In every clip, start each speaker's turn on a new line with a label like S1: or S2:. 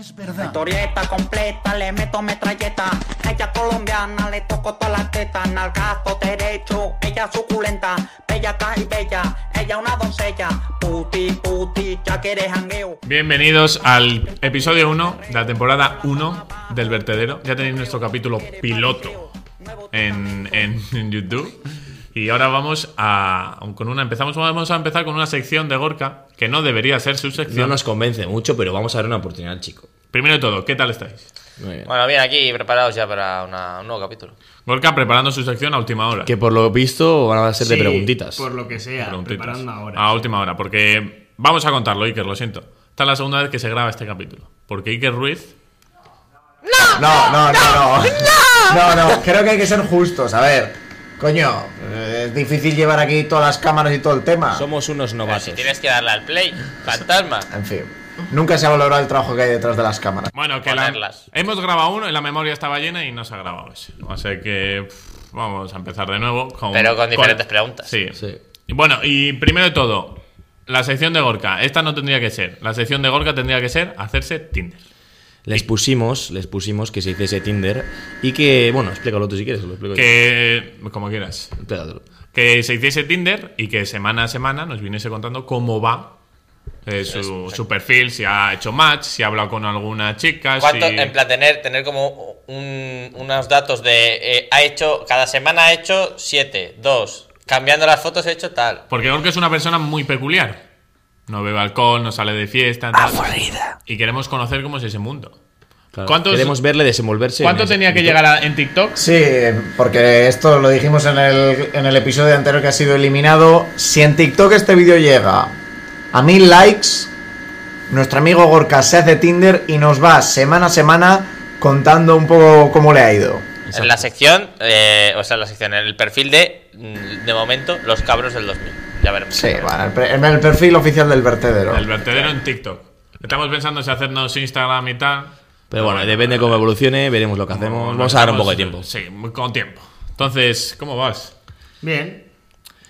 S1: es verdad.
S2: Historieta completa, le meto metralleta. Ella colombiana, le toco toda la teta. Nalgazo derecho, ella suculenta. Bella y bella, ella una doncella. Puti, puti, ya que eres jangueo.
S3: Bienvenidos al episodio 1 de la temporada 1 del vertedero. Ya tenéis nuestro capítulo piloto en, en- en YouTube. Y ahora vamos a. con una. Empezamos, vamos a empezar con una sección de Gorka, que no debería ser su
S4: No
S3: sección.
S4: nos convence mucho, pero vamos a dar una oportunidad al chico.
S3: Primero de todo, ¿qué tal estáis?
S4: Muy bien.
S5: Bueno, bien, aquí preparados ya para una- un nuevo capítulo.
S3: Gorka preparando su sección a última hora.
S4: Que por lo visto van a ser de
S6: Sí,
S4: preguntitas.
S6: Por lo que sea,
S3: Preguntitas.
S6: preparando
S3: A
S6: ahora.
S3: última hora, porque vamos a contarlo, Iker, lo siento. Esta es la segunda vez que se graba este capítulo. Porque Iker Ruiz.
S7: No, no, no, no. No, no, creo que hay que ser justos. A ver, coño, eh, es difícil llevar aquí todas las cámaras y todo el tema.
S4: Somos unos
S5: Pero
S4: novatos.
S5: si tienes que darle al play, fantasma.
S7: En fin, nunca se ha valorado el trabajo que hay detrás de las cámaras.
S3: Bueno, que la-
S5: Ponerlas.
S3: hemos grabado uno y la memoria estaba llena y no se ha grabado ese. O sea que pff, vamos a empezar de nuevo. Con,
S5: Pero con diferentes preguntas.
S3: Sí.
S4: Sí.
S3: Y Bueno, y primero de todo, la sección de Gorka. Esta no tendría que ser. La sección de Gorka tendría que ser hacerse Tinder.
S4: Les pusimos, les pusimos que se hiciese Tinder y que, bueno, explícalo tú si quieres, lo explico yo.
S3: Que. Como quieras.
S4: Explícatelo.
S3: Que se hiciese Tinder y que semana a semana nos viniese contando cómo va eh, su, su perfil, si ha hecho match, si ha hablado con alguna chica.
S5: ¿Cuánto,
S3: si-
S5: en plan, tener, tener como un- unos datos de. eh, ha hecho. Cada semana ha hecho 7, 2. Cambiando las fotos he hecho tal.
S3: Porque Gorka es una persona muy peculiar. No bebe alcohol, no sale de fiesta. tal. Y queremos conocer cómo es ese mundo.
S4: Claro,
S3: ¿Cuántos-
S4: Queremos verle desenvolverse.
S3: ¿Cuánto tenía que llegar a- en TikTok?
S7: Sí, porque esto lo dijimos en el, en el episodio anterior que ha sido eliminado. Si en TikTok este vídeo llega a mil likes, nuestro amigo Gorka se hace Tinder y nos va semana a semana contando un poco cómo le ha ido.
S5: En la sección. eh, o sea, en la sección. En el perfil de. mm, De momento, los cabros del 2000. Ya veremos.
S7: Sí, bueno, el, pre- el perfil oficial del vertedero.
S3: El vertedero en TikTok. Estamos pensando si hacernos Instagram y tal.
S4: Pero bueno, depende cómo evolucione, veremos lo que hacemos. Vamos a dar un poco de tiempo.
S3: Sí, muy- con tiempo. Entonces, ¿cómo vas?
S6: Bien.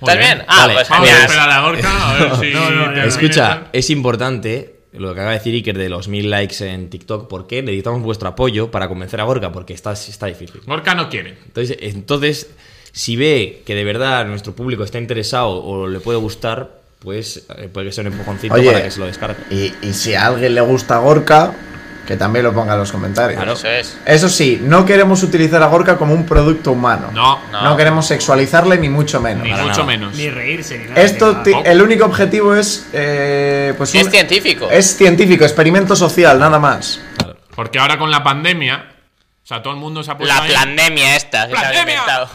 S3: Muy
S5: ¿Estás bien? Ah,
S4: Vale,
S5: pues
S3: Vamos a
S5: genial.
S3: esperar a Gorka a ver si.
S6: No, no, no,
S3: termina y
S4: Escucha,
S3: tal.
S4: es importante lo que acaba de decir Iker de los mil likes en TikTok, porque necesitamos vuestro apoyo para convencer a Gorka, porque está, está difícil.
S3: Gorka no quiere.
S4: Entonces, entonces, si ve que de verdad nuestro público está interesado o le puede gustar, pues eh, puede que sea un empujoncito
S7: Oye.
S4: para que se lo descargue.
S7: Y, y si a alguien le gusta Gorka, que también lo ponga en los comentarios.
S5: Eso es.
S7: Eso sí, no queremos utilizar a Gorka como un producto humano.
S3: No,
S5: no.
S7: No queremos sexualizarle ni mucho menos.
S3: ni
S4: para
S3: mucho
S4: nada.
S3: menos.
S6: Ni reírse ni nada. Ah,
S7: Esto,
S6: ni
S7: ti-
S6: nada.
S7: el único objetivo es, eh, pues
S5: Es
S7: un-
S5: científico.
S7: es científico, experimento social, nada más.
S3: Porque ahora con la pandemia. O sea, todo el mundo se ha puesto.
S5: La
S3: ahí-
S5: Pues pandemia esta. Que se han
S3: ¡Pandemia!
S5: inventado.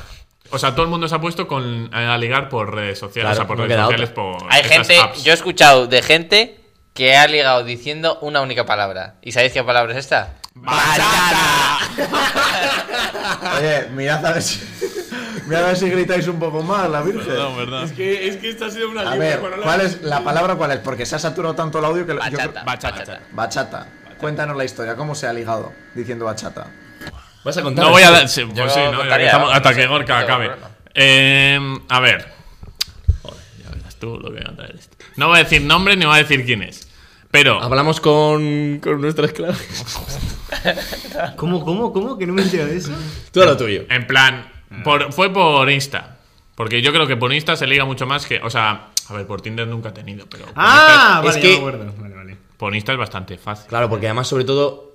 S3: O sea, todo el mundo se ha puesto con, a ligar por redes sociales.
S4: Claro,
S3: o sea, por
S4: no
S3: redes
S4: queda
S3: sociales, por.
S5: Hay
S3: estas
S5: gente,
S3: apps.
S5: yo he escuchado de gente que ha ligado diciendo una única palabra. ¿Y sabéis qué palabra es esta?
S7: Oye, mirad a ver si, mirad a ver si gritáis un poco más, la Virgen.
S3: verdad.
S6: que, es que esta ha sido una
S7: A ver, ¿cuál es la palabra cuál es? Porque se ha saturado tanto el audio que lo- yo
S5: Bachata.
S7: creo-
S3: Bachata.
S7: bachata. Cuéntanos la historia, ¿cómo se ha ligado diciendo bachata?
S4: ¿Vas a contar?
S3: No voy a dar. sí,
S5: Yo
S3: pues sí, no, ya que
S5: contaría,
S3: estamos-
S5: no
S3: hasta
S5: sé,
S3: que Gorka
S5: yo,
S3: acabe.
S5: bueno.
S3: Eh, a ver. Joder, ya verás tú lo que va a traer este. esto. No voy a decir nombre ni voy a decir quién es. Pero.
S4: Hablamos con, con nuestras claves.
S6: ¿Cómo, cómo, cómo? ¿Que no me entero de eso?
S4: Todo lo tuyo.
S3: En plan, por- fue por Insta. Porque yo creo que por Insta se liga mucho más que. O sea, a ver, por Tinder nunca he tenido, pero. por
S6: Ah,
S4: Es
S6: vale,
S4: que-
S6: ya me acuerdo. Vale, vale.
S3: Insta- por Insta es bastante fácil.
S4: Claro, porque además, sobre todo,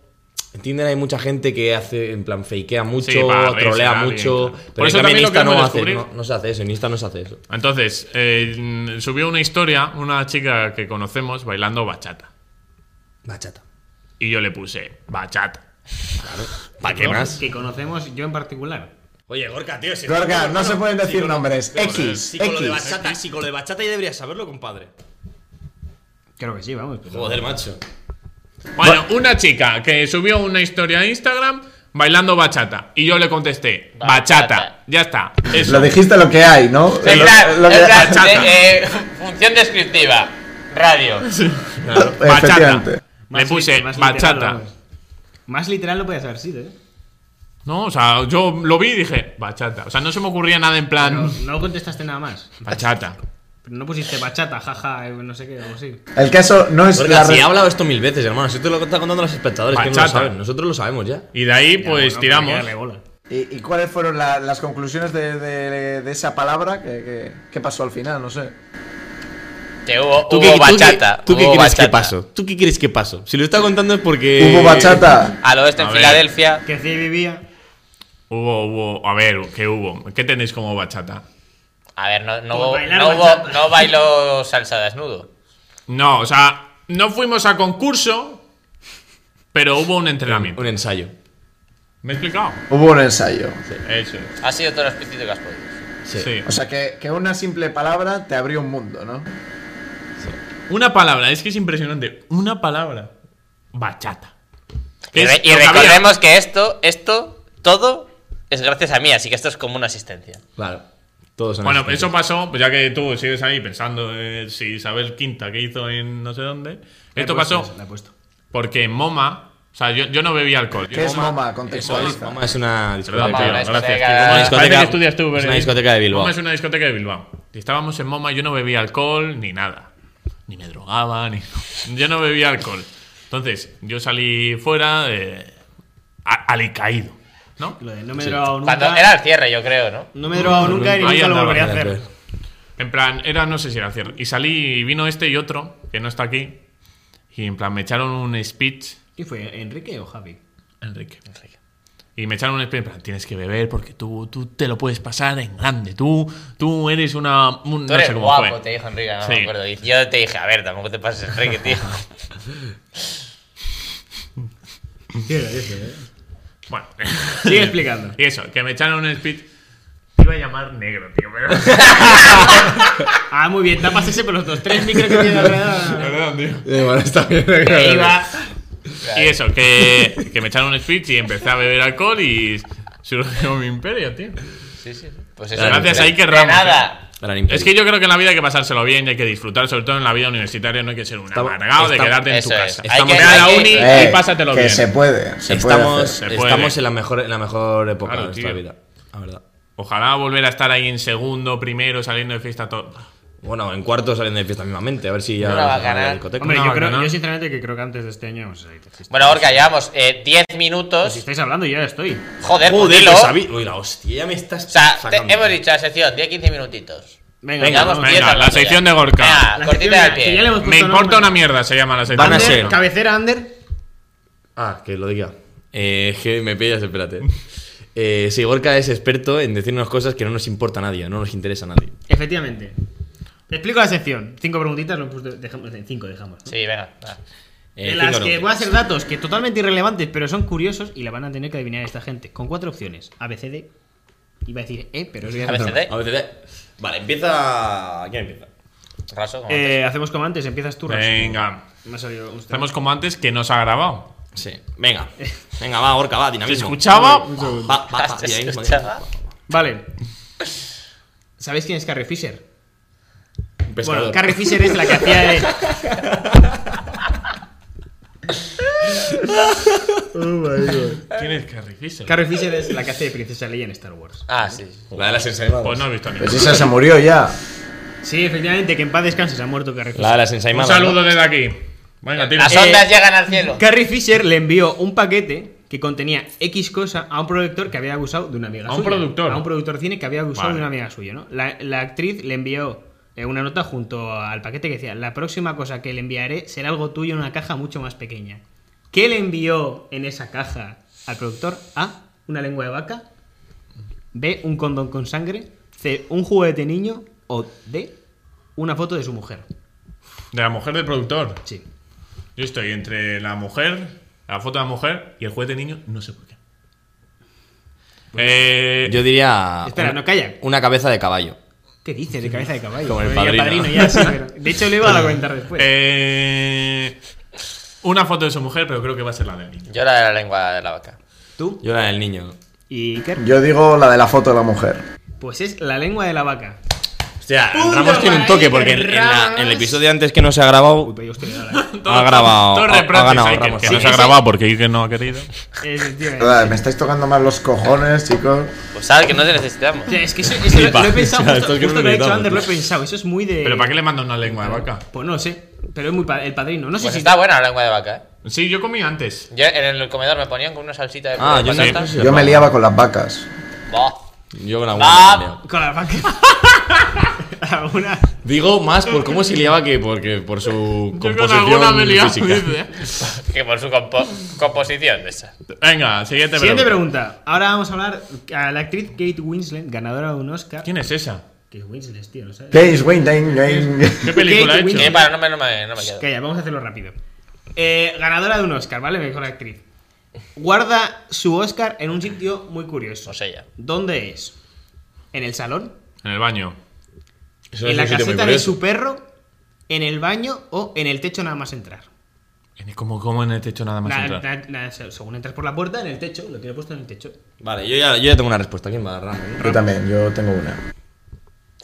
S4: en Tinder hay mucha gente que hace, en plan, fakea mucho,
S3: Sí, para reírse
S4: trolea
S3: de alguien,
S4: mucho.
S3: claro. Por
S4: Pero en
S3: eso
S4: cambio
S3: también
S4: en
S3: lo
S4: Insta no,
S3: queremos
S4: hace,
S3: descubrir.
S4: no, no se hace eso, en Insta no se hace eso.
S3: Entonces, eh, subió una historia, una chica que conocemos bailando bachata.
S4: Bachata.
S3: Y yo le puse bachata.
S4: ¿Para qué
S6: Dos
S4: más?
S6: Que conocemos yo en particular.
S4: Oye, Gorka, tío, si
S7: Gorka, no se pueden decir nombres. X, X.
S4: si con lo de bachata ya deberías saberlo, compadre.
S6: Creo que sí, vamos. pero-
S4: Joder, macho.
S3: Bueno, una chica que subió una historia a Instagram bailando bachata. Y yo le contesté, bachata.
S5: Bachata.
S3: Ya está. Eso.
S7: Lo dijiste lo que hay, ¿no?
S5: En
S7: Lo-
S5: plan,
S7: lo que-
S5: en plan,
S3: Bachata.
S5: de- eh, función descriptiva. Radio.
S3: Bachata.
S7: Efectivamente.
S3: Le
S6: Más
S3: puse
S6: lit- más literal,
S3: bachata.
S6: vamos. Más literal lo puedes haber sido, ¿eh?
S3: No, o sea, yo lo vi y dije, bachata. O sea, no se me ocurría nada en plan,
S6: No, no contestaste nada más.
S3: bachata.
S6: Pero no pusiste bachata, jaja, eh, no sé qué, o sí.
S7: El caso no es
S4: Gorka,
S7: la
S4: si
S7: re-
S4: he hablado esto mil veces, hermano. Si te lo está contando a los espectadores, que no lo
S3: Bachata.
S4: saben. Nosotros lo sabemos ya.
S3: Y de ahí, pues
S6: Bueno,
S3: tiramos.
S6: que dale bola.
S7: ¿Y, y cuáles fueron la- las conclusiones de, de- de esa palabra? ¿Qué, qué, qué pasó al final? No sé.
S5: Que hubo,
S4: ¿Tú
S5: hubo
S4: qué, tú qué-
S5: bachata.
S4: ¿Tú qué
S5: hubo
S4: crees que
S5: bachata.
S4: pasó? ¿Tú qué crees que pasó? Si lo está contando es porque.
S3: Eh,
S7: Hubo bachata.
S5: Al oeste
S3: A
S5: en
S3: ver.
S5: Filadelfia.
S6: Que sí vivía.
S3: Hubo, hubo. A ver, ¿qué hubo? ¿Qué tenéis como bachata?
S5: A ver, no, no,
S6: Por
S5: hubo,
S6: bailar
S5: no, hubo,
S6: bachata.
S5: no bailó salsa desnudo.
S3: No, o sea, no fuimos a concurso, pero hubo un entrenamiento.
S4: Un ensayo.
S3: ¿Me he explicado?
S7: Hubo un ensayo.
S3: Eso es.
S5: Ha sido todo lo explícito que has podido.
S4: Sí.
S3: Sí.
S7: O sea, que, que una simple palabra te abrió un mundo, ¿no?
S3: Una palabra, es que es impresionante. Una palabra. Bachata.
S5: Y,
S3: Que es
S5: re- y
S3: lo que había.
S5: recordemos que esto, esto, todo es gracias a mí, así que esto es como una asistencia.
S4: Claro. Todos son
S3: Bueno,
S4: asistentes.
S3: eso pasó, pues ya que tú sigues ahí pensando eh, si Isabel Quinta que hizo en no sé dónde. Esto
S6: pues
S3: pasó
S6: La he puesto.
S3: porque en Moma, o sea, yo, yo no bebía alcohol. Yo
S7: ¿Qué es MoMA?
S4: Eso es.
S7: Contextualiza.
S4: Moma es una discoteca.
S3: Perdón,
S5: MoMA,
S3: tío,
S5: una
S3: gracias.
S5: discoteca-
S3: tío.
S5: Una
S3: Parece
S4: discoteca-
S3: que estudias tú,
S4: es
S3: Bernie.
S4: una discoteca de Bilbao.
S3: MoMA es una discoteca de Bilbao. Y estábamos en MoMA, yo no bebía alcohol ni nada. Ni me drogaba, ni. Yo no bebía alcohol. Entonces, yo salí fuera eh, a- alicaído, ¿no?
S6: Lo de no me he drogado nunca.
S5: Cuando era el cierre, yo creo, ¿no?
S6: No me he drogado nunca y
S3: Ahí
S6: nunca lo
S3: andaba,
S6: volveré a
S4: Mira,
S6: hacer.
S4: tío.
S3: En plan, era, no sé si era cierre. Y salí y vino este y otro, que no está aquí. Y en plan, me echaron un speech.
S6: ¿Y fue Enrique o Javi?
S3: Enrique. Y me echaron un speech en plan, tienes que beber porque tú, tú te lo puedes pasar en grande. Tú, tú eres una. un-
S5: Tú
S3: no
S5: eres
S3: sé cómo
S5: guapo,
S3: fue.
S5: te dijo Enrique, no
S3: Sí.
S5: me acuerdo. Y yo te dije, a ver, tampoco te pases Enrique, tío.
S3: Bueno.
S6: Sigue explicando.
S3: Y eso, que me echaron un speech. Te iba a llamar negro, tío, pero.
S6: Ah, muy bien, tapas ese por los dos, tres micros que tiene alrededor.
S3: Perdón, tío.
S4: Eh, bueno, está bien.
S5: Que iba.
S3: Y eso, que, que me echaron un speech y empecé a beber alcohol y surgió mi imperio, tío.
S5: Sí, sí. Pues eso.
S3: Gracias a
S5: de-
S3: Iker
S5: de
S3: Ramos. ¿eh?
S5: nada.
S4: Gran
S3: Es
S4: imperio.
S3: que yo creo que en la vida hay que pasárselo bien y hay que disfrutar, sobre todo en la vida universitaria, no hay que ser un
S4: Estamos-
S3: amargado de
S4: estamos-
S3: quedarte en tu
S5: eso es.
S3: casa.
S5: Hay
S3: Estamos
S5: que-
S3: ve a la
S5: hay que-
S3: uni
S7: Eh,
S3: y pásatelo
S7: que
S3: bien.
S7: se puede, se puede.
S4: Estamos,
S7: hacer.
S3: hacer. Se puede.
S4: estamos en la mejor, en la mejor época
S3: Claro,
S4: de nuestra
S3: tío.
S4: vida. La verdad.
S3: Ojalá volver a estar ahí en segundo, primero, saliendo de fiesta todo.
S4: Bueno, en cuarto salen de fiesta mismamente. A ver si ya.
S5: Una bacana.
S4: salen de la discoteca.
S6: Hombre,
S3: No,
S6: yo, creo,
S3: no, no.
S6: yo sinceramente que creo que antes de este año vamos a salir. Bueno,
S5: Bueno, Orca, llevamos eh, 10
S6: si
S5: minutos.
S6: estáis hablando, yo ya estoy.
S5: Joder, pues
S4: Joder,
S5: dilo.
S4: pues habí- Uy, la hostia, ya me estás.
S5: O sea, te-
S4: sacando.
S5: hemos dicho la sección 10-15 minutitos.
S6: Venga,
S4: Venga,
S6: vamos.
S5: Llevamos
S3: venga,
S5: 10
S3: la
S5: hablando
S3: sección
S5: ya.
S3: de Gorka.
S5: Venga,
S6: La
S5: cortita
S6: sección
S5: al
S6: que ya le
S5: pie.
S6: hemos
S3: Me
S6: puesto
S3: importa
S6: nombre.
S3: una mierda, se llama la sección.
S4: Van a
S6: Ander,
S4: ser.
S6: Cabecera, Ander.
S4: Ah, que lo diga. Eh, es que me pillas, espérate. Eh, sí, Gorka es experto en decirnos cosas que no nos importa a nadie, no nos interesa a nadie.
S6: Efectivamente. Te explico la sección. Cinco preguntitas, lo hemos puesto- dejamos, en cinco dejamos. ¿no?
S5: Sí, venga. va.
S4: Eh,
S6: en las
S4: cinco
S6: que
S4: preguntas.
S6: voy a hacer datos que totalmente irrelevantes, pero son curiosos y la van a tener que adivinar esta gente. Con cuatro opciones. ABCD. Iba a decir E, pero es
S5: ABCD.
S4: A ver, te- Vale, empieza. ¿Quién empieza?
S5: Raso, como antes.
S6: Eh, hacemos como antes, empiezas tú. Raso.
S3: Venga.
S6: Me ha salido un
S3: Hacemos como antes que nos ha grabado.
S4: Sí, venga. Venga, va, Gorka, va,
S3: ¿Se
S4: dinamismo.
S3: escuchaba?
S4: Va, va, va,
S5: ¿Se
S4: dinamismo,
S5: escuchaba?
S4: dinamismo.
S6: Vale. ¿Sabéis quién es Carrie Fisher?
S4: Un pescador.
S6: Bueno, Carrie Fisher es la que hacía de.
S3: ¿Quién es Carrie Fisher?
S6: Carrie Fisher es la que hace de Princesa Leia en Star Wars.
S5: Ah, sí. sí.
S4: La de las ensaimadas.
S3: Pues no he visto
S7: Pues
S3: ninguna.
S7: esa se murió ya.
S6: Sí, efectivamente, que en paz descanse, se ha muerto Carrie Fisher.
S4: La de las
S3: Un
S4: ensaimadas.
S3: saludo desde aquí. Venga, tira.
S5: Las ondas llegan al cielo.
S6: Carrie Fisher le envió un paquete que contenía X cosa a un productor que había abusado de una amiga
S3: A un
S6: suya.
S3: productor.
S6: A un productor de cine que había abusado
S3: Vale.
S6: de una amiga suya, ¿no? La, la actriz le envió eh, una nota junto al paquete que decía: La próxima cosa que le enviaré será algo tuyo en una caja mucho más pequeña. ¿Qué le envió en esa caja al productor? A. Una lengua de vaca. B. Un condón con sangre. C. Un juguete niño. O D. Una foto de su mujer.
S3: De la mujer del productor.
S6: Sí.
S3: Yo estoy entre la mujer, la foto de la mujer y el juguete niño, no sé por qué. Eh,
S4: Yo diría.
S6: Espera,
S4: Ah, una-
S6: no, calla.
S4: Una cabeza de caballo.
S6: ¿Qué dices? De cabeza de caballo.
S4: Como el
S6: Bueno, ya
S4: padrino.
S6: ya, sí, pero- De hecho, lo iba a comentar después.
S3: eh, una foto de su mujer, pero creo que va a ser la del niño.
S5: Yo la de la lengua de la vaca.
S6: ¿Tú?
S4: Yo la del niño.
S6: ¿Y Iker?
S7: Yo digo la de la foto de la mujer.
S6: Pues es la lengua de la vaca.
S4: Hostia,
S6: Punto
S4: Ramos tiene un
S6: para
S4: toque
S6: Iker
S4: porque en, en la- en
S6: Ramos.
S4: el episodio antes que no se ha grabado.
S6: Uy, pero yo estoy de la-
S3: todo-
S1: ha grabado.
S3: todo
S1: ha-
S3: reproches
S1: ha ganado,
S3: hay que-
S1: Ramos.
S3: que
S6: Sí,
S3: no se ha
S6: sí.
S3: grabado porque Ike no ha querido.
S6: Efectivamente.
S7: Joder, Me estáis tocando más los cojones, chicos.
S5: Pues sabes que no te necesitamos.
S6: O sea, es que eso, eso lo, lo he pensado,
S4: O
S6: justo,
S4: sea, esto es que
S6: justo
S4: no
S6: lo ha dicho
S4: necesitamos.
S6: Ander, lo he pensado. Eso es muy de.
S3: ¿Pero para qué le manda una lengua de vaca?
S6: Pues no lo sé. Pero es muy pa- el padrino. No sé
S5: Pues
S6: si.
S5: está buena la lengua de vaca, ¿eh?
S3: Sí, yo comí antes.
S5: Yo en el comedor me ponían con una salsita de
S4: Ah, yo
S5: puré de
S4: no-
S5: patata.
S7: Yo me liaba con las vacas.
S5: Buah.
S4: Yo con
S5: Va.
S3: Ah.
S4: alguna. me he liado.
S6: Con la vaca. Alguna.
S4: Digo más por cómo se liaba que porque por su
S3: Yo
S4: composición
S3: con alguna me he liado, pues
S4: física.
S3: dice.
S5: Que por su compo- composición de esa.
S3: Venga, siguiente pregunta.
S6: Siguiente pregunta. Ahora vamos a hablar a la actriz Kate Winslet, ganadora de un Oscar.
S3: ¿Quién es esa?
S6: Kate Winslet, tío, ¿no sabes?
S7: James Wayne, James Wayne.
S3: ¿Qué película ha
S6: Kate
S3: hecho?
S5: Eh, para, no me, no me, no me quedo.
S6: Calla, vamos a hacerlo rápido. Eh, ganadora de un Oscar, ¿vale? Mejor actriz. Guarda su Oscar en un sitio muy curioso.
S5: Pues ella.
S6: ¿Dónde es? ¿En el salón?
S3: En el baño.
S4: Eso
S6: ¿En
S4: es
S6: la
S4: un sitio muy
S6: caseta de
S4: curioso.
S6: su perro? ¿En el baño o en el techo nada más entrar?
S3: En- Como, como en el techo nada más
S6: Na-
S3: entrar.
S6: na- na- según entras por la puerta, en el techo, lo tiene puesto en el techo.
S4: Vale, yo ya, yo ya tengo una respuesta. ¿Quién va? Ramos, ¿no?
S7: Yo también, yo tengo una.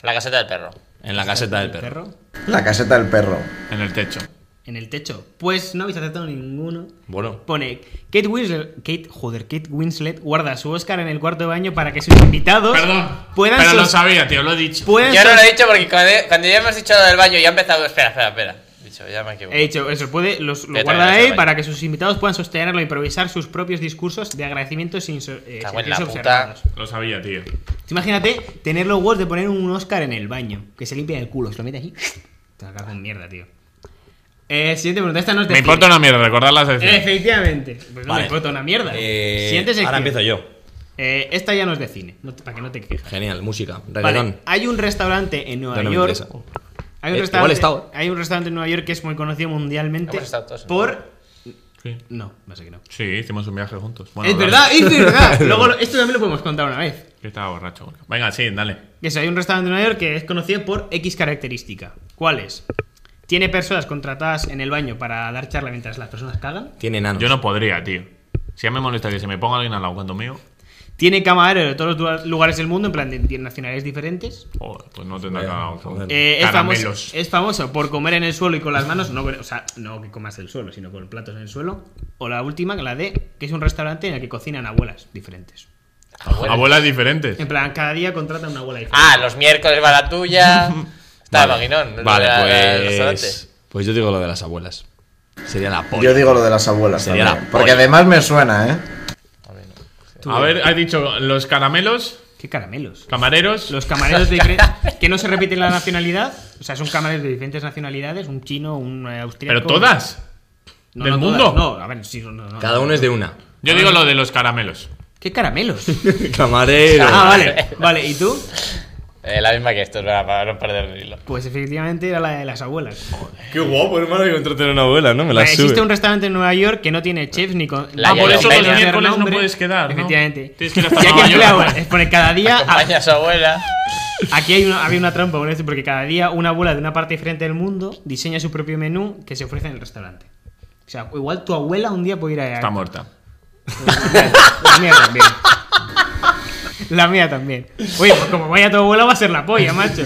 S5: La caseta del perro.
S4: En la caseta del
S6: ¿El
S4: perro.
S6: perro?
S7: La caseta del perro.
S3: En el techo.
S6: En el techo. Pues no habéis acertado ninguno.
S4: Bueno.
S6: Pone Kate Winslet, Kate, joder, Kate Winslet guarda su Oscar en el cuarto de baño para que sus invitados
S3: Perdón.
S6: puedan
S3: pero lo
S6: sos-
S3: sabía, tío, lo he dicho.
S6: puedan
S5: Yo no
S6: sos-
S5: lo he dicho porque cuando, cuando ya hemos dicho lo del baño, ya ha empezado. Espera, espera, espera. He dicho, ya me equivoco.
S6: He dicho, eso puede, los, lo
S5: Vete,
S6: guarda
S5: vete,
S6: él
S5: vete.
S6: para que sus invitados puedan sostenerlo e improvisar sus propios discursos de agradecimiento sin so- eh,
S5: Cago en
S6: sentirse
S5: la puta.
S6: observados.
S3: Lo sabía, tío.
S6: Tú Imagínate tener los huevos de poner un Oscar en el baño, que se limpia el culo, se lo mete así. Te la cago en mierda, tío. Eh, siguiente pregunta, esta no es de
S3: Me
S6: cine.
S3: importa una mierda recordar la sección.
S6: Efectivamente. Pues no
S4: Vale.
S6: me importa una mierda.
S4: Eh,
S6: Siguiente sección.
S4: ahora empiezo yo.
S6: Eh, esta ya no es de cine, para que no te quejes.
S4: Genial, música.
S6: Vale,
S4: Reggaetón.
S6: hay un restaurante en Nueva
S4: Ya no me
S6: York.
S4: interesa.
S6: Hay un,
S4: Eh,
S6: restaurante,
S4: igual he estado.
S6: hay un restaurante en Nueva York que es muy conocido mundialmente
S5: Hemos estado todos en
S6: por.
S3: Sí.
S6: No, no sé que no.
S3: Sí, hicimos un viaje juntos. Bueno,
S6: es
S3: claro,
S6: verdad, es verdad. Luego, lo- esto también lo podemos contar una vez.
S3: Que estaba borracho. Venga, sí, dale.
S6: Que eso, hay un restaurante en Nueva York que es conocido por X característica. ¿Cuál es? Tiene personas contratadas en el baño para dar charla mientras las personas cagan.
S4: Tiene enanos.
S3: Yo no podría, tío. Si ya me molesta que se me ponga alguien al lado cuando mío,
S6: Tiene camarero de todos los du- lugares del mundo, en plan de de nacionalidades diferentes.
S3: joder, pues no tendrá
S4: Vaya,
S3: cagado.
S4: joder.
S6: Eh, es, famoso,
S3: Caramelos.
S6: es famoso por comer en el suelo y con las manos, no, o sea, no que comas el suelo, sino con platos en el suelo. O la última, la de, que es un restaurante en el que cocinan abuelas diferentes. Eh,
S5: Abuela.
S3: Abuelas diferentes.
S6: En plan, cada día contrata una abuela diferente.
S5: Ah, los miércoles va la tuya. Está
S4: Vale.
S5: el maquinón.
S4: Vale,
S5: la- la- el restaurante.
S4: pues. Pues yo digo lo de las abuelas. Sería la polla.
S7: Yo digo lo de las abuelas
S4: Sería
S7: también.
S4: la
S7: Porque
S4: polla.
S7: además me suena, ¿eh?
S3: A
S6: eh.
S3: ver, has dicho los caramelos,
S6: ¡Qué caramelos!
S3: camareros.
S6: Los camareros de diferentes. que no se repite la nacionalidad. O sea, son camareros de diferentes nacionalidades: un chino, un eh, austríaco.
S3: Pero todas.
S6: No,
S3: ¿Del
S6: no, todas,
S3: mundo?
S6: no, a ver, sí, no, no,
S4: Cada uno es de una.
S6: Ah.
S3: Yo digo lo de los caramelos.
S6: ¡Qué caramelos!
S4: Camarero.
S6: ah, vale, vale, ¿y tú?
S5: Eh, la misma que esto, para, para no perder el hilo.
S6: Pues efectivamente era la de las abuelas.
S4: Qué guapo, hermano, que contraten una abuela, ¿no? Me
S6: Vale, existe un restaurante en Nueva York que no tiene chefs ni con.
S5: La
S6: ni
S5: por
S6: con
S5: eso los
S6: compañías de
S3: miércoles no
S6: renombre.
S3: puedes quedar, ¿no?
S6: Efectivamente.
S3: Tienes que ir hasta
S6: Y aquí
S3: Nueva York.
S6: empleaban- es poner cada día.
S5: Acompaña a su abuela.
S6: Aquí hay una, había una trampa, bueno, esto, porque cada día una abuela de una parte diferente del mundo diseña su propio menú que se ofrece en el restaurante. O sea, igual tu abuela un día puede ir a.
S3: Está muerta.
S6: La mía también. La mía también. Oye, pues como vaya tu abuela va a ser la polla, macho.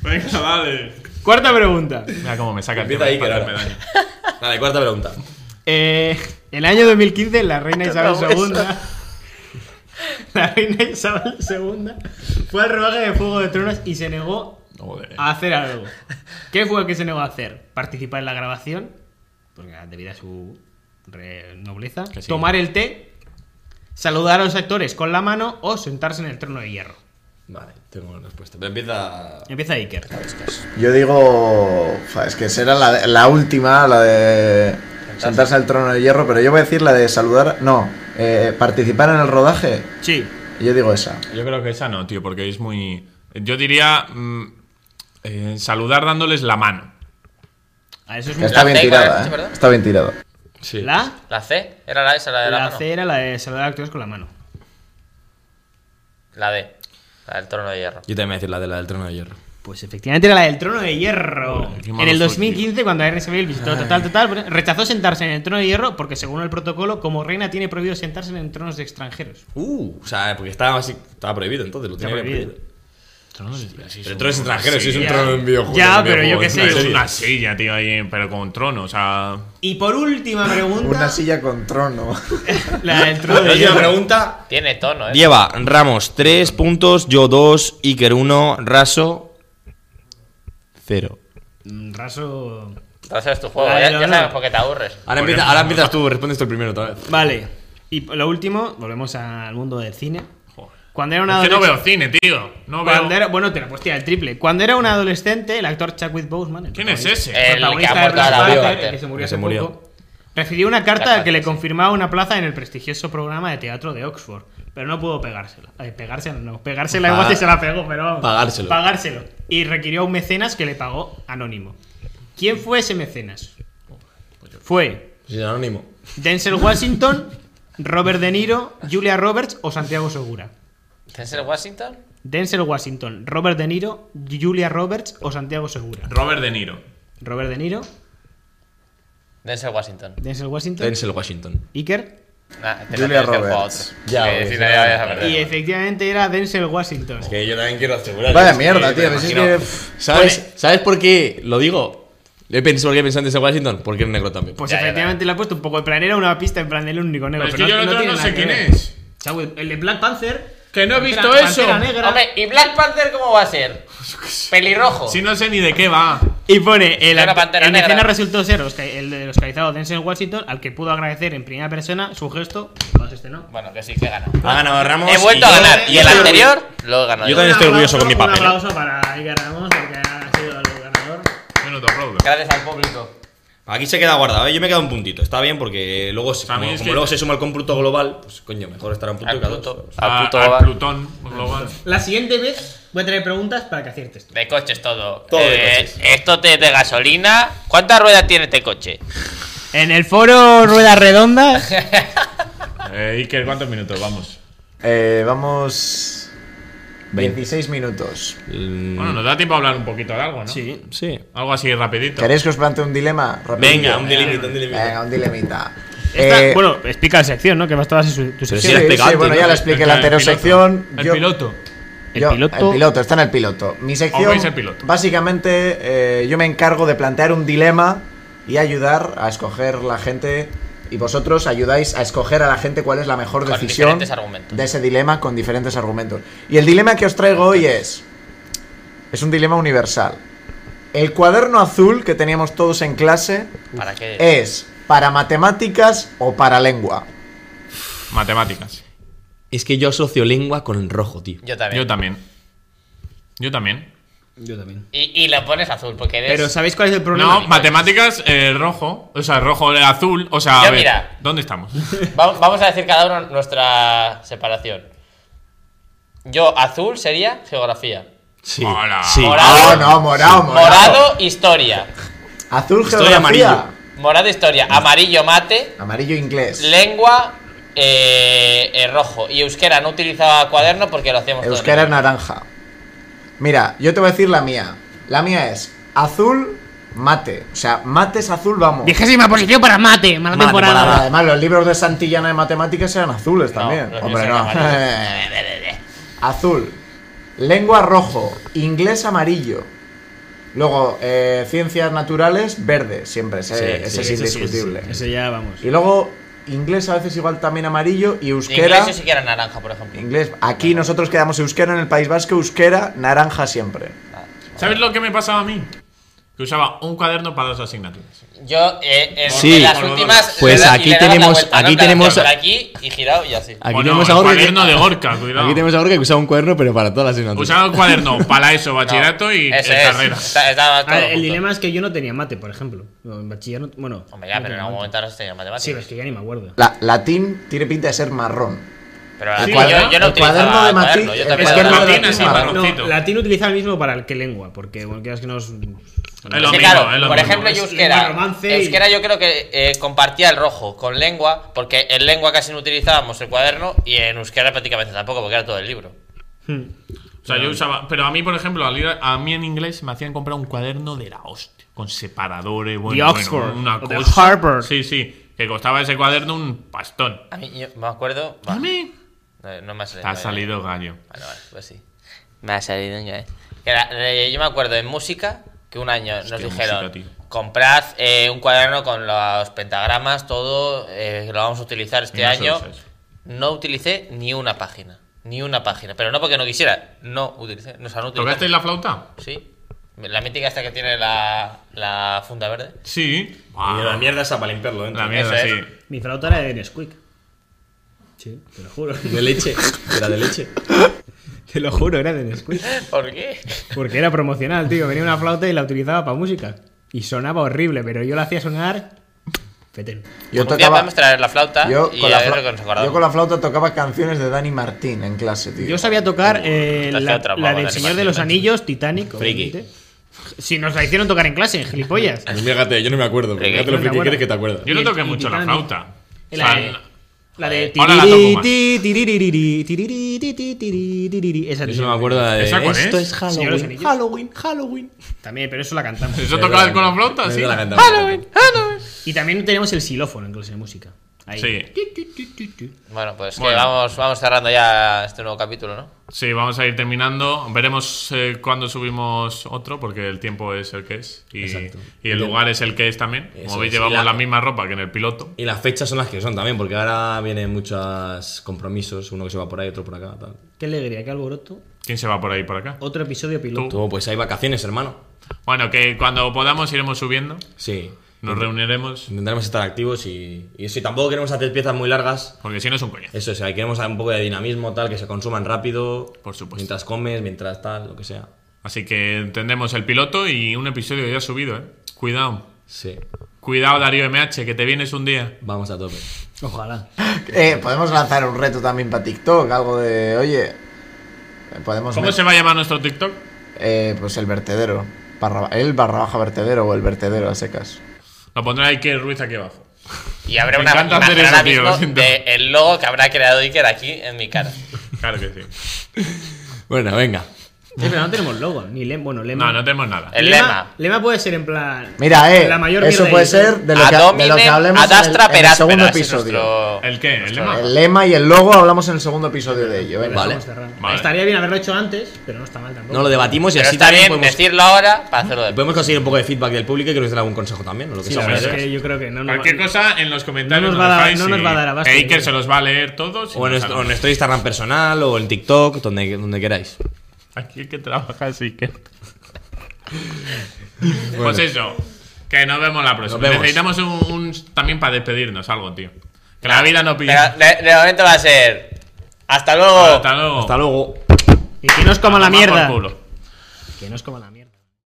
S3: Venga, dale.
S6: Cuarta pregunta.
S3: Mira cómo me saca el
S4: Empieza
S3: tema
S4: ahí, que
S3: para
S4: ahora.
S3: hacerme daño.
S4: Vale, cuarta pregunta.
S6: Eh, el año 2015, la reina Isabel II. La reina Isabel II fue al rodaje de Fuego de Tronos y se negó
S3: Joder.
S6: a hacer algo. ¿Qué fue lo que se negó a hacer? Participar en la grabación, porque debido a su re- nobleza.
S3: Que sí.
S6: Tomar el té, saludar a los actores con la mano o sentarse en el trono de hierro.
S4: Vale, tengo una respuesta. Pero empieza.
S6: Empieza Iker.
S7: Yo digo. fa, Es que será la, la última, la de sentarse al trono de hierro, pero yo voy a decir la de saludar. No, eh, participar en el rodaje.
S6: Sí.
S7: Yo digo esa.
S3: Yo creo que esa no, tío, porque es muy. Yo diría. mm, eh, saludar dándoles la mano.
S6: A eso es
S7: Que
S6: muy...
S7: está
S5: La
S7: bien
S5: C, ¿cuál has
S7: tirada,
S5: dicho,
S7: ¿eh?
S5: perdón?
S7: Está bien tirada.
S4: Sí.
S6: La,
S5: La C, era la, esa, la de la,
S6: la
S5: mano.
S6: C era la de saludar a actores con la mano.
S5: La D, la del trono de hierro.
S4: Yo también voy a decir la de la del trono de hierro.
S6: Pues efectivamente era la del trono de hierro.
S3: Joder, qué malo
S6: en el
S3: soy,
S6: 2015, cuando Aire Isabel visitó Total Total, pues, rechazó sentarse en el trono de hierro porque, según el protocolo, como reina tiene prohibido sentarse en tronos de extranjeros.
S4: Uh, o sea, porque estaba así. Estaba prohibido entonces, lo
S6: Está
S4: tenía que
S6: prohibido.
S4: prohibido.
S3: Trono del Espera, sí,
S4: Pero
S3: un-
S4: tú eres extranjero, si es un
S3: sí,
S6: Ya.
S4: trono en videojuegos.
S6: Ya,
S4: en
S6: pero yo
S4: videojuegos,
S6: qué
S4: en
S6: sé,
S3: Es
S4: serie.
S3: una silla, tío, ahí, pero con trono, o sea.
S6: Y por última pregunta,
S7: Una silla con trono.
S6: la del trono
S4: La
S6: de
S4: última
S6: hierro.
S4: pregunta.
S5: Tiene tono, ¿eh?
S1: Lleva Ramos 3 puntos, yo 2, Iker 1, Raso 0.
S6: Mm, Raso.
S5: Entonces es tu juego.
S6: Ay,
S5: ya
S6: no,
S5: ya
S6: no.
S5: sabes por qué te aburres.
S4: Ahora, empieza- ahora empiezas tú, respondes tú el primero otra vez.
S6: Vale. Y lo último, volvemos al mundo del cine. Cuando era una
S3: Es que no
S6: adolesc-
S3: veo cine, tío. No veo.
S6: Cuando era, bueno, te la puesto el triple. Cuando era un adolescente, el actor Chadwick Boseman. el
S3: ¿Quién es
S6: protagonista-
S3: ese?
S5: El que ha
S6: protagonista de
S5: muerto
S6: Black
S5: ahora,
S6: Panther,
S5: Black
S6: el que se murió
S4: Que se
S6: hace
S4: murió.
S6: poco, recibió una carta
S5: Black
S6: que le
S5: Panther, sí.
S6: confirmaba una plaza en el prestigioso programa de teatro de Oxford, pero no pudo pegársela. Eh, pegársela no, pegársela
S4: Pa-
S6: igual si se la pegó, pero vamos.
S4: Pagárselo.
S6: Pagárselo. Y requirió a un mecenas que le pagó anónimo. ¿Quién fue ese mecenas? Fue
S4: Sin anónimo.
S6: Denzel Washington, Robert De Niro, Julia Roberts o Santiago Segura.
S5: ¿Denzel Washington?
S6: Denzel Washington, Robert De Niro, Julia Roberts o Santiago Segura.
S3: Robert De Niro.
S6: Robert De Niro,
S5: Denzel Washington.
S6: Denzel Washington,
S4: Denzel Washington.
S6: Iker.
S5: Nah, te
S7: Julia
S5: lo tienes que jugar
S7: Roberts.
S5: otro.
S4: Ya,
S5: Eh,
S4: obvio,
S5: si
S4: sí,
S5: no,
S4: ya.
S5: ya vayas a perder.
S6: Y efectivamente era Denzel Washington.
S4: Que yo también quiero asegurar.
S7: Vaya mierda, tío, pues es que-
S4: ¿Sabes, ¿Sabes por qué lo digo? He pensado por qué he pensado en Denzel Washington. Porque es negro también.
S6: Pues
S5: Ya, ya,
S6: efectivamente le ha puesto un poco. En plan, era una pista, en plan, el único negro.
S3: Pero es que yo el otro
S6: tiene
S3: no
S6: nada que
S3: sé quién
S6: ver.
S3: es.
S6: Chavo, el de Black Panther.
S3: Que no he
S6: Pantera-
S3: visto eso.
S6: Pantera negra.
S5: Hombre, ¿y Black Panther cómo va a ser? Pelirrojo.
S3: Pues, Si no sé ni de qué va.
S6: Y pone, el,
S5: Era
S6: act-
S5: Pantera
S6: en
S5: Negra.
S6: escena resultó ser Oscar- el de los calizados Denzel Washington, al que pudo agradecer en primera persona su gesto. Pues este no.
S5: Bueno, que sí, que he ganado.
S1: Ha ganado ah, Ramos.
S5: He vuelto
S1: y
S5: a
S1: yo-
S5: ganar. Y el anterior lo he ganado.
S1: Yo
S5: yo.
S1: también estoy
S6: Un
S1: orgulloso con mi
S6: aplauso-
S1: papel.
S6: Un aplauso para Iker Ramos, porque ha sido el ganador.
S3: Yo no te aplaudo.
S5: Gracias al público.
S1: Aquí se queda guardado, ¿eh? yo me he quedado un puntito. Está bien porque luego, se-
S3: A mí
S1: como,
S3: es
S1: como
S3: que-
S1: luego se suma el cómputo global, pues coño, mejor estará un punto
S5: Al
S1: y cada dos.
S5: Pluto.
S3: Ah, A-
S5: Al Pluto
S1: Ah,
S3: al
S5: va.
S3: Plutón global.
S6: La siguiente vez voy a traer preguntas para que aciertes tú.
S5: De coches todo.
S1: Todo de
S5: Eh,
S1: coches.
S5: Esto te de gasolina. ¿Cuántas ruedas tiene este coche?
S6: En el foro Rueda Redonda.
S3: Eh, Iker, ¿cuántos minutos? Vamos.
S7: Eh, vamos.
S4: Veinte.
S7: 26 minutos.
S3: Bueno, nos da tiempo a hablar un poquito de algo, ¿no?
S6: Sí.
S4: Mm, Sí.
S3: Algo así rapidito.
S7: ¿Queréis que os plantee un dilema? Rapidillo.
S1: Venga, un dilimito, un dilimito.
S7: Venga, un dilemita.
S6: Esta,
S7: Eh,
S6: bueno, explica la sección, ¿no? Que más todas su, tu
S7: sí,
S6: sección.
S4: sí,
S7: sí,
S4: pegante,
S7: bueno,
S4: ¿no?
S7: ya la
S3: El-
S7: expliqué
S3: el
S7: la
S3: piloto.
S7: heterosección.
S3: El
S7: yo-
S3: piloto.
S6: El
S7: yo-
S6: piloto.
S7: el piloto, está en el piloto. Mi
S3: ¿O
S7: sección.
S3: veis el piloto?
S7: Básicamente, eh, yo me encargo de plantear un dilema y ayudar a escoger la gente. Y vosotros ayudáis a escoger a la gente cuál es la mejor
S5: Con
S7: decisión
S5: diferentes argumentos.
S7: de ese dilema con diferentes argumentos. Y el dilema que os traigo hoy es. Es un dilema universal. El cuaderno azul que teníamos todos en clase
S5: ¿Para qué?
S1: Eh,
S7: es para matemáticas o para lengua.
S3: Matemáticas.
S4: Es que yo asocio lengua con el rojo, tío.
S5: Yo también.
S3: Yo también. Yo también.
S6: Yo también.
S5: Y, y lo pones azul porque eres.
S6: Pero ¿sabéis cuál es el problema?
S3: No, matemáticas, eh, rojo. O sea, rojo, eh, azul. O sea, a
S5: Ya,
S3: ver,
S5: mira.
S3: ¿dónde estamos?
S5: Va- vamos a decir cada uno nuestra separación. Yo, azul sería geografía.
S4: Sí.
S3: Hola.
S4: Sí.
S7: No,
S5: Hola.
S1: Ah,
S5: Morado.
S7: no, morado, morado.
S5: Morado, historia.
S7: Azul,
S4: Estoy
S7: geografía.
S4: amarillo.
S5: Morado, historia. Amarillo, mate.
S7: Amarillo, inglés.
S5: Lengua, eh, eh, rojo. Y euskera no utilizaba cuaderno porque lo hacíamos todo en
S7: Euskera,
S5: el-
S7: naranja. Mira, yo te voy a decir la mía. La mía es azul, mate. O sea, mate es azul, vamos.
S6: Vigésima posición para mate, mala
S4: Mala
S6: temporada.
S4: temporada.
S7: Además, los libros de Santillana de matemáticas eran azules
S5: No,
S7: también.
S5: los
S7: Hombre,
S5: míos
S7: no.
S5: eran
S7: azul. Lengua rojo. Inglés amarillo. Luego, eh, ciencias naturales verde, siempre. Ese,
S4: Sí, sí,
S7: ese Ah, es
S4: sí,
S6: Eso sí,
S7: indiscutible.
S6: eso- Eso ya vamos.
S7: Y luego, inglés a veces igual también amarillo y euskera.
S5: Inglés yo siquiera naranja, por ejemplo.
S7: Inglés. Aquí nosotros quedamos euskera en el País Vasco, euskera, naranja siempre.
S3: ¿Sabes lo que me pasaba a mí? Que usaba un cuaderno para dos asignaturas.
S5: Yo, eh, en,
S4: Sí.
S5: en las
S3: Bueno,
S5: últimas.
S4: pues
S5: le da-
S4: aquí
S5: le dabas la
S4: tenemos-
S5: vuelta,
S4: aquí
S5: En plan,
S4: tenemos-
S5: por Aquí y girado y así.
S4: Aquí
S3: Bueno,
S4: tenemos
S3: el
S4: a Gorka.
S3: cuaderno
S4: que-
S3: de Gorka, cuidado.
S4: Aquí tenemos a Gorka que usaba un cuaderno, pero para todas las asignaturas.
S3: Usaba un cuaderno para eso, bachillerato y
S5: Ese
S3: eh,
S5: es.
S3: carrera.
S5: Está- estaba
S6: A
S5: todo
S6: ver, el
S5: junto.
S6: dilema es que yo no tenía mate, por ejemplo. No, En bachiller no. Bueno.
S5: Hombre, ya,
S6: no
S5: pero en
S6: tenía
S5: algún
S6: mate.
S5: momento
S6: Sí,
S5: has tenido
S6: pero
S5: matemáticas.
S6: es que ya ni me acuerdo.
S7: La, latín tiene pinta de ser marrón.
S5: pero
S7: el
S5: sí,
S7: cuaderno-
S5: yo, yo no
S7: el cuaderno
S5: utilizaba
S7: de Mati-
S5: cuaderno, yo
S7: el
S5: también
S3: Es que
S7: cuaderno
S5: lo
S7: de
S3: latín
S5: utilizaba.
S3: así,
S7: Mati-
S3: marrón.
S6: No,
S3: Marroncito.
S6: latín utiliza el mismo para el que lengua, porque bueno, quieras que nos.
S3: Es lo
S5: Sí,
S3: mismo,
S5: claro,
S3: es lo
S5: por
S3: mismo.
S5: ejemplo,
S6: Es
S5: yo
S6: lengua,
S5: euskera.
S6: romance y-
S5: Euskera yo creo que eh, compartía el rojo con lengua, porque en lengua casi no utilizábamos el cuaderno y en euskera prácticamente tampoco, porque era todo el libro.
S3: O sea, yo usaba. Pero a mí, por ejemplo, al ir a, a mí en inglés me hacían comprar un cuaderno de la hostia. Con separadores, bueno,
S6: De
S3: bueno,
S6: Oxford,
S3: una
S6: o de
S3: cosa.
S6: Harvard.
S3: Sí, sí. Que costaba ese cuaderno un pastón.
S5: A mí, yo me acuerdo.
S3: A mí.
S5: No, no me ha salido.
S3: Te ha salido gallo.
S5: Vale, vale, pues sí. Me ha salido inglés. Que la- eh, yo me acuerdo en música que un año nos
S3: que
S5: dijeron:
S3: música, tío.
S5: comprad eh, un cuaderno con los pentagramas, todo, eh, que lo vamos a utilizar
S3: Y
S5: este
S3: no se
S5: año.
S3: usa eso.
S5: No utilicé ni una página. Ni una página. Pero no porque no quisiera. No utilicé. Nos han utilizado.
S3: ¿Tocasteis la flauta?
S5: Sí. La mítica esta que tiene la, la funda verde.
S3: Sí.
S4: Y la mierda está para limpiarlo dentro.
S3: La mierda,
S5: Eso
S3: sí.
S5: es.
S6: Mi flauta era de Nesquik. Sí, te lo juro.
S4: De leche. De la de leche.
S6: Te lo juro, era de Nesquik.
S5: ¿Por qué?
S6: Porque era promocional, tío. Venía una flauta y la utilizaba para música. Y sonaba horrible, pero yo la hacía sonar. Fetén.
S7: Yo
S5: Un día
S7: tocaba.
S5: podemos traer la flauta
S7: Yo
S5: y
S7: con,
S5: a
S7: la
S5: ver
S7: fla-
S5: lo que nos acordamos.
S7: yo con la flauta tocaba canciones de Dani Martín en clase, tío.
S6: Yo sabía tocar eh,
S5: te hacía
S6: la,
S5: otra
S6: la
S5: pava,
S6: del
S5: Dani
S6: Señor de
S5: Martín,
S6: los
S5: macho.
S6: Anillos, Titanic,
S4: Friki.
S6: obviamente. Si nos la hicieron tocar en clase, gilipollas.
S4: Pues fíjate, yo no me acuerdo. Pero
S5: Venga,
S4: fíjate
S6: no
S4: lo
S6: me
S4: friki que
S6: acuerdo.
S4: eres que te acuerdas.
S3: Yo no
S6: Y-
S3: toqué
S6: y
S3: mucho la
S6: Titanic.
S3: flauta. O
S6: La
S3: sea,
S6: de-
S3: n-
S6: La de
S3: Ahora la toco más.
S6: tiriri, tiririri, tiririri, tiririri, tiririri, Esa
S4: Yo
S6: tenía
S4: solo me
S6: que
S4: acuerdo de. este.
S3: ¿Esa cuál
S4: Esto
S3: es?
S6: Señor
S4: es
S6: de los
S4: Halloween.
S6: Anillos.
S4: Halloween, Halloween.
S6: ver. También, pero eso la cantamos.
S3: ¿Eso tocabas con la flauta?
S4: Eso
S3: Sí.
S4: la cantamos, la cantamos.
S6: Y también tenemos el xilófono en clase de música. Ahí.
S3: Sí.
S5: Bueno, pues que
S3: Bueno.
S5: vamos, vamos cerrando ya este nuevo capítulo, ¿no?
S3: Sí, vamos a ir terminando. Veremos eh, cuándo subimos otro, porque el tiempo es el que es. Y,
S4: Exacto.
S3: y el lugar es el que es también.
S4: Eso
S3: Como veis,
S4: es.
S3: llevamos
S4: Y la-
S3: la misma ropa que en el piloto.
S4: Y las fechas son las que son también, porque ahora vienen muchos compromisos, uno que se va por ahí, otro por acá, tal.
S6: Qué alegría, qué alboroto.
S3: ¿Quién se va por ahí por acá?
S6: Otro episodio piloto.
S4: Tú, pues hay vacaciones, hermano.
S3: Bueno, que cuando podamos iremos subiendo.
S4: Sí.
S3: Nos reuniremos.
S4: Intentaremos estar activos y, y eso, y tampoco queremos hacer piezas muy largas.
S3: Porque si no es un coñazo.
S4: Eso, o sea, queremos un poco de dinamismo, tal, que se consuman rápido.
S3: Por supuesto.
S4: Mientras comes, mientras tal, lo que sea.
S3: Así que tendremos el piloto y un episodio ya subido, ¿eh? Cuidado.
S4: Sí.
S3: Cuidado, Darío MH, que te vienes un día.
S4: Vamos a tope.
S6: Ojalá.
S7: Eh, podemos lanzar un reto también para TikTok, algo de, oye, eh, podemos
S3: ¿Cómo
S7: met-
S3: se va a llamar nuestro TikTok?
S7: eh, pues el vertedero, barra- el barra baja vertedero o el vertedero a secas.
S3: Lo pondrá Iker Ruiz aquí abajo.
S5: Y habrá
S3: Me
S5: una
S3: encanta hacer
S5: imagen
S3: eso,
S5: ahora
S3: tío,
S5: mismo
S3: lo siento.
S5: de el logo que habrá creado Iker aquí en mi cara.
S3: Claro que sí.
S4: Bueno, venga.
S6: Eh, pero no tenemos logo, ni lema. Bueno, lema.
S3: No, no tenemos nada.
S5: El lema.
S6: lema. Lema puede ser en plan.
S7: Mira, eh,
S6: la mayor
S7: eso
S6: mierda
S7: puede
S6: y-
S7: ser de lo, que, de
S5: Ad
S7: lo que
S5: hominem
S7: hablemos
S5: ad
S7: en el-
S5: astra
S7: en el,
S5: peráspera,
S7: segundo
S5: ese es
S7: episodio.
S5: nuestro-
S3: ¿El qué? ¿El lema?
S7: El lema y el logo hablamos en el segundo episodio de ello. venga.
S6: Vale.
S4: Vale.
S3: Vale.
S6: Estaría bien haberlo hecho antes, pero no está mal tampoco.
S4: No lo debatimos y
S5: Pero
S4: así
S5: está
S4: también
S5: bien
S4: podemos,
S5: decirlo ahora para hacerlo después.
S4: podemos conseguir un poco de feedback del público y que nos den algún consejo también, o lo que
S6: Sí,
S4: sea.
S6: la verdad
S4: ¿sabes?
S6: es que yo creo que no nos
S3: Cualquier
S6: va-
S3: cosa en los comentarios.
S6: No nos va a dar-
S3: dejáis
S6: no nos
S3: y-
S6: va a dar abasto,
S3: e
S6: yo
S3: Iker
S6: creo.
S3: se los va a leer todos. y
S4: O
S3: nos
S4: en nuestro,
S3: hará-
S4: o en nuestro Instagram personal o en TikTok, donde, donde queráis.
S3: Aquí el que trabaja es Iker. Pues eso. Que nos vemos la próxima.
S4: Nos vemos.
S3: Necesitamos un, un- también para despedirnos algo, tío. Que la vida no pide.
S5: Pero de, de momento va a ser. Hasta luego.
S3: Hasta luego.
S4: Hasta luego.
S6: Y que nos coma la
S3: Toma por
S6: mierda.
S3: culo.
S6: Que nos coma la mierda.